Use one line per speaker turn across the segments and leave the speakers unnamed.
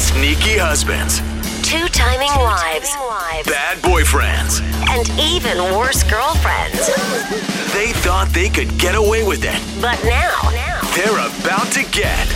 sneaky husbands,
Two timing wives
bad boyfriends.
and even worse girlfriends.
They thought they could get away with it.
But now,
They're about to get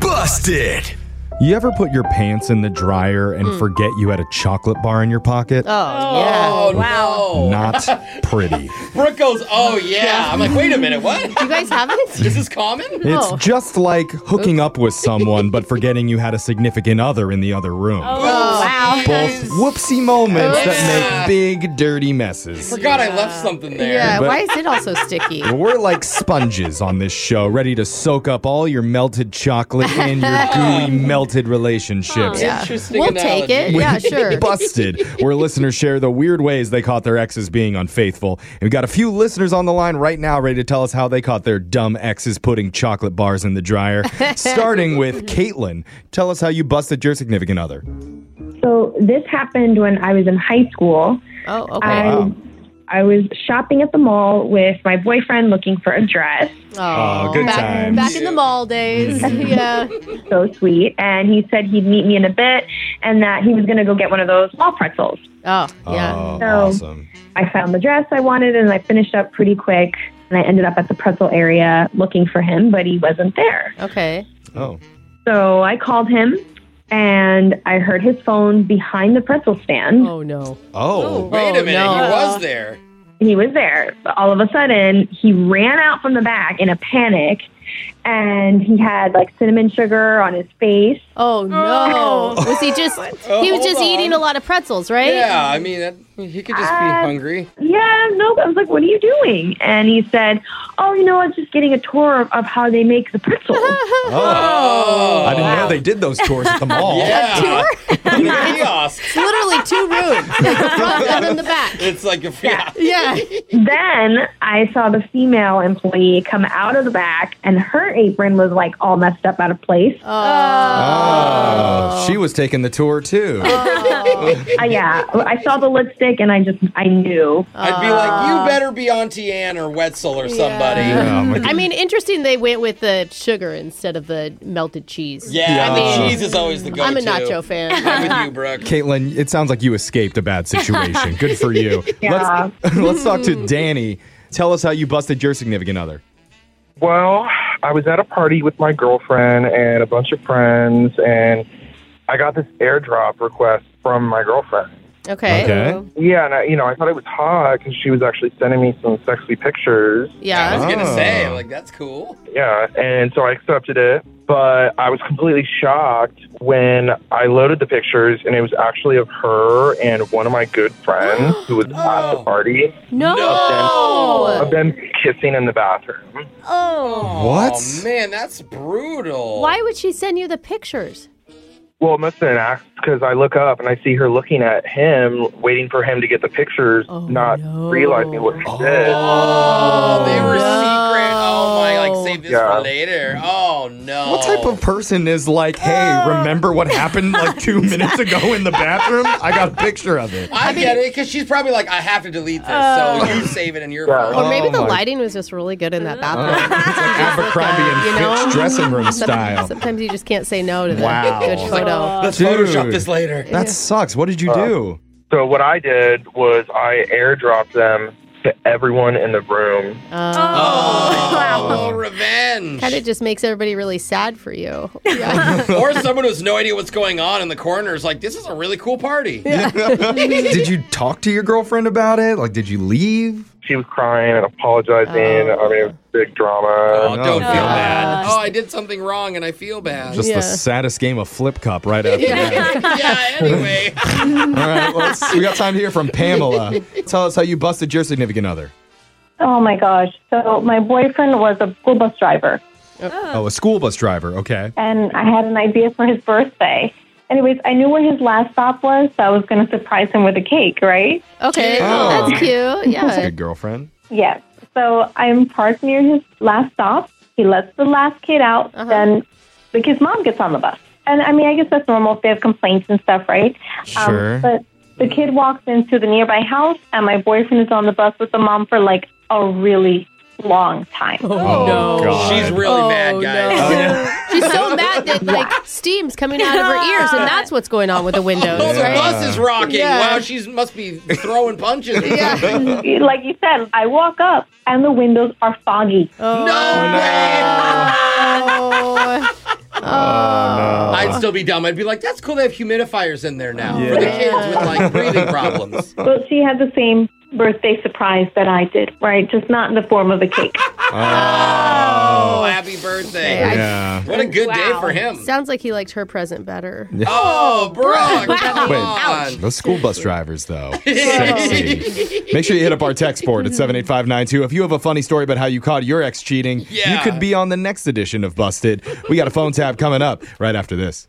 busted.
You ever put your pants in the dryer and forget you had a chocolate bar in your pocket?
Hmm. Oh, wow.
Not pretty.
Brooke goes, oh, yeah. I'm like, wait a minute, what?
You guys have it?
This is common?
It's just like hooking up with someone but forgetting you had a significant other in the other room.
wow.
Both whoopsie moments
Oh, Yeah.
that make big dirty messes.
Forgot I left something there.
Yeah,
But-
why is it also sticky?
We're like sponges on this show, ready to soak up all your melted chocolate and your gooey melted relationships.
Yeah.
Interesting
We'll
analogy.
take it. Yeah, sure.
Busted, where listeners share the weird ways they caught their exes being unfaithful. And we've got a few listeners on the line right now ready to tell us how they caught their dumb exes putting chocolate bars in the dryer. Starting with Caitlin. Tell us how you busted your significant other.
So this happened when I was in high school.
Oh, okay.
I
wow.
I was shopping at the mall with my boyfriend looking for a dress.
Oh, good
back,
times.
Back in the mall days. yeah.
So sweet. And he said he'd meet me in a bit and that he was going to go get one of those wall pretzels.
Oh, yeah.
Oh,
No.
awesome.
I found the dress I wanted and I finished up pretty quick. And I ended up at the pretzel area looking for him, but he wasn't there.
Okay.
Oh.
So I called him and I heard his phone behind the pretzel stand.
Oh, no.
Oh.
Wait
Oh,
a minute.
no.
He was there.
he was there. But all of a sudden, he ran out from the back in a panic, and he had like cinnamon sugar on his face.
Oh, no. Was he just,
Oh,
he was
hold
just
on.
eating a lot of pretzels, right?
Yeah, I mean, that, he could just be
Uh,
hungry.
Yeah, no. I was like, "What are you doing?" And he said, "Oh, you know, I was just getting a tour of, of how they make the pretzels."
Oh.
Oh.
I didn't know they did those tours at the mall.
yeah. In the kiosk.
It's literally two rooms, like the front and then the back.
It's like a yeah.
Yeah.
then I saw the female employee come out of the back, and her apron was like all messed up out of place.
Oh, she was taking the tour too.
Oh.
Uh, yeah, I saw the lipstick, and I just I knew.
I'd be like,
Uh.
you better be Auntie Anne or Wetzel or somebody.
Oh, my
I mean, interesting they went with the sugar instead of the melted cheese.
Yeah,
Yeah.
the cheese is always the go-to.
I'm a nacho fan.
I'm with you, Brooke.
Caitlin, it sounds like you escaped a bad situation. Good for you.
Yeah.
Let's, let's talk to Danny. Tell us how you busted your significant other.
Well, I was at a party with my girlfriend and a bunch of friends, and I got this airdrop request from my girlfriend.
Okay.
Okay.
Yeah, and I, you know, I thought it was hot because she was actually sending me some sexy pictures.
I was
Yeah.
gonna
Oh.
say, like, that's cool.
Yeah, and so I accepted it, but I was completely shocked when I loaded the pictures, and it was actually of her and one of my good friends who was at the
Oh.
party
No.
of them kissing in the bathroom.
Oh.
What?
Oh man, that's brutal.
Why would she send you the pictures?
Well, it must have been an act because I look up and I see her looking at him, waiting for him to get the pictures,
Oh,
not
no.
realizing what she did.
Oh, they were
No.
secret. Oh my, like save this
Yeah.
for later. Oh no.
What type of person is like, hey, remember what happened like two minutes ago in the bathroom? I got a picture of it.
I, get it because she's probably like, I have to delete this, so you save it in your
Yeah.
phone.
Or maybe
Oh
the
my-
lighting was just really good in that
It's
bathroom.
like Abercrombie and
you
Fitch
know?
dressing room style.
Sometimes you just can't say no to the
Wow.
good photo.
Let's
Dude.
Photoshop this later.
That sucks. What did you do?
So what I did was I airdropped them to everyone in the room.
Uh,
Oh, revenge.
Kind of just makes everybody really sad for you. Yeah.
or someone who's no idea what's going on in the corner is like, this is a really cool party.
did you talk to your girlfriend about it? Like, did you leave?
She was crying and apologizing. I mean, it was
Uh.
big
Oh,
drama.
don't
no.
feel bad. Oh, I did something wrong and I feel bad.
Just
Yeah.
the saddest game of flip cup right after that.
yeah, anyway.
All right, well, let's- we got time to hear from Pamela. Tell us how you busted your significant other.
Oh my gosh! So my boyfriend was a school bus driver.
Oh, a school bus driver. Okay.
and I had an idea for his birthday. Anyways, I knew where his last stop was, so I was going to surprise him with a cake, right?
Okay.
Oh.
That's cute.
That's a
Yeah.
good girlfriend.
Yes. So I'm parked near his last stop. He lets the last kid out,
Uh-huh.
then like his mom gets on the bus. And I mean, I guess that's normal if they have complaints and stuff, right?
Sure.
Um, but the kid walks into the nearby house, and my boyfriend is on the bus with the mom for like a really long time.
Oh, God.
She's really mad, guys.
Oh, no. She's so mad that like steam's coming out of her ears, and that's what's going on with the windows,
Oh, the
right?
bus is rocking.
Yeah.
Wow, she must be throwing punches.
Yeah.
like you said, I walk up and the windows are foggy.
Oh,
No way.
Oh.
no.
I'd still be dumb. I'd be like, that's cool. They have humidifiers in there now for the
Yeah.
kids with like breathing problems.
Oh.
Well, she had the same birthday surprise that I did, right? Just not in the form of a cake.
Oh, happy birthday.
Yeah.
What a good day
Wow.
for him.
Sounds like he liked her present better.
Oh, Brooke, come
Wait.
on.
Those school bus drivers, though. Sexy. Make sure you hit up our text board at 78592. If you have a funny story about how you caught your ex cheating, you
Yeah.
could be on the next edition of Busted. We got a phone tab coming up right after this.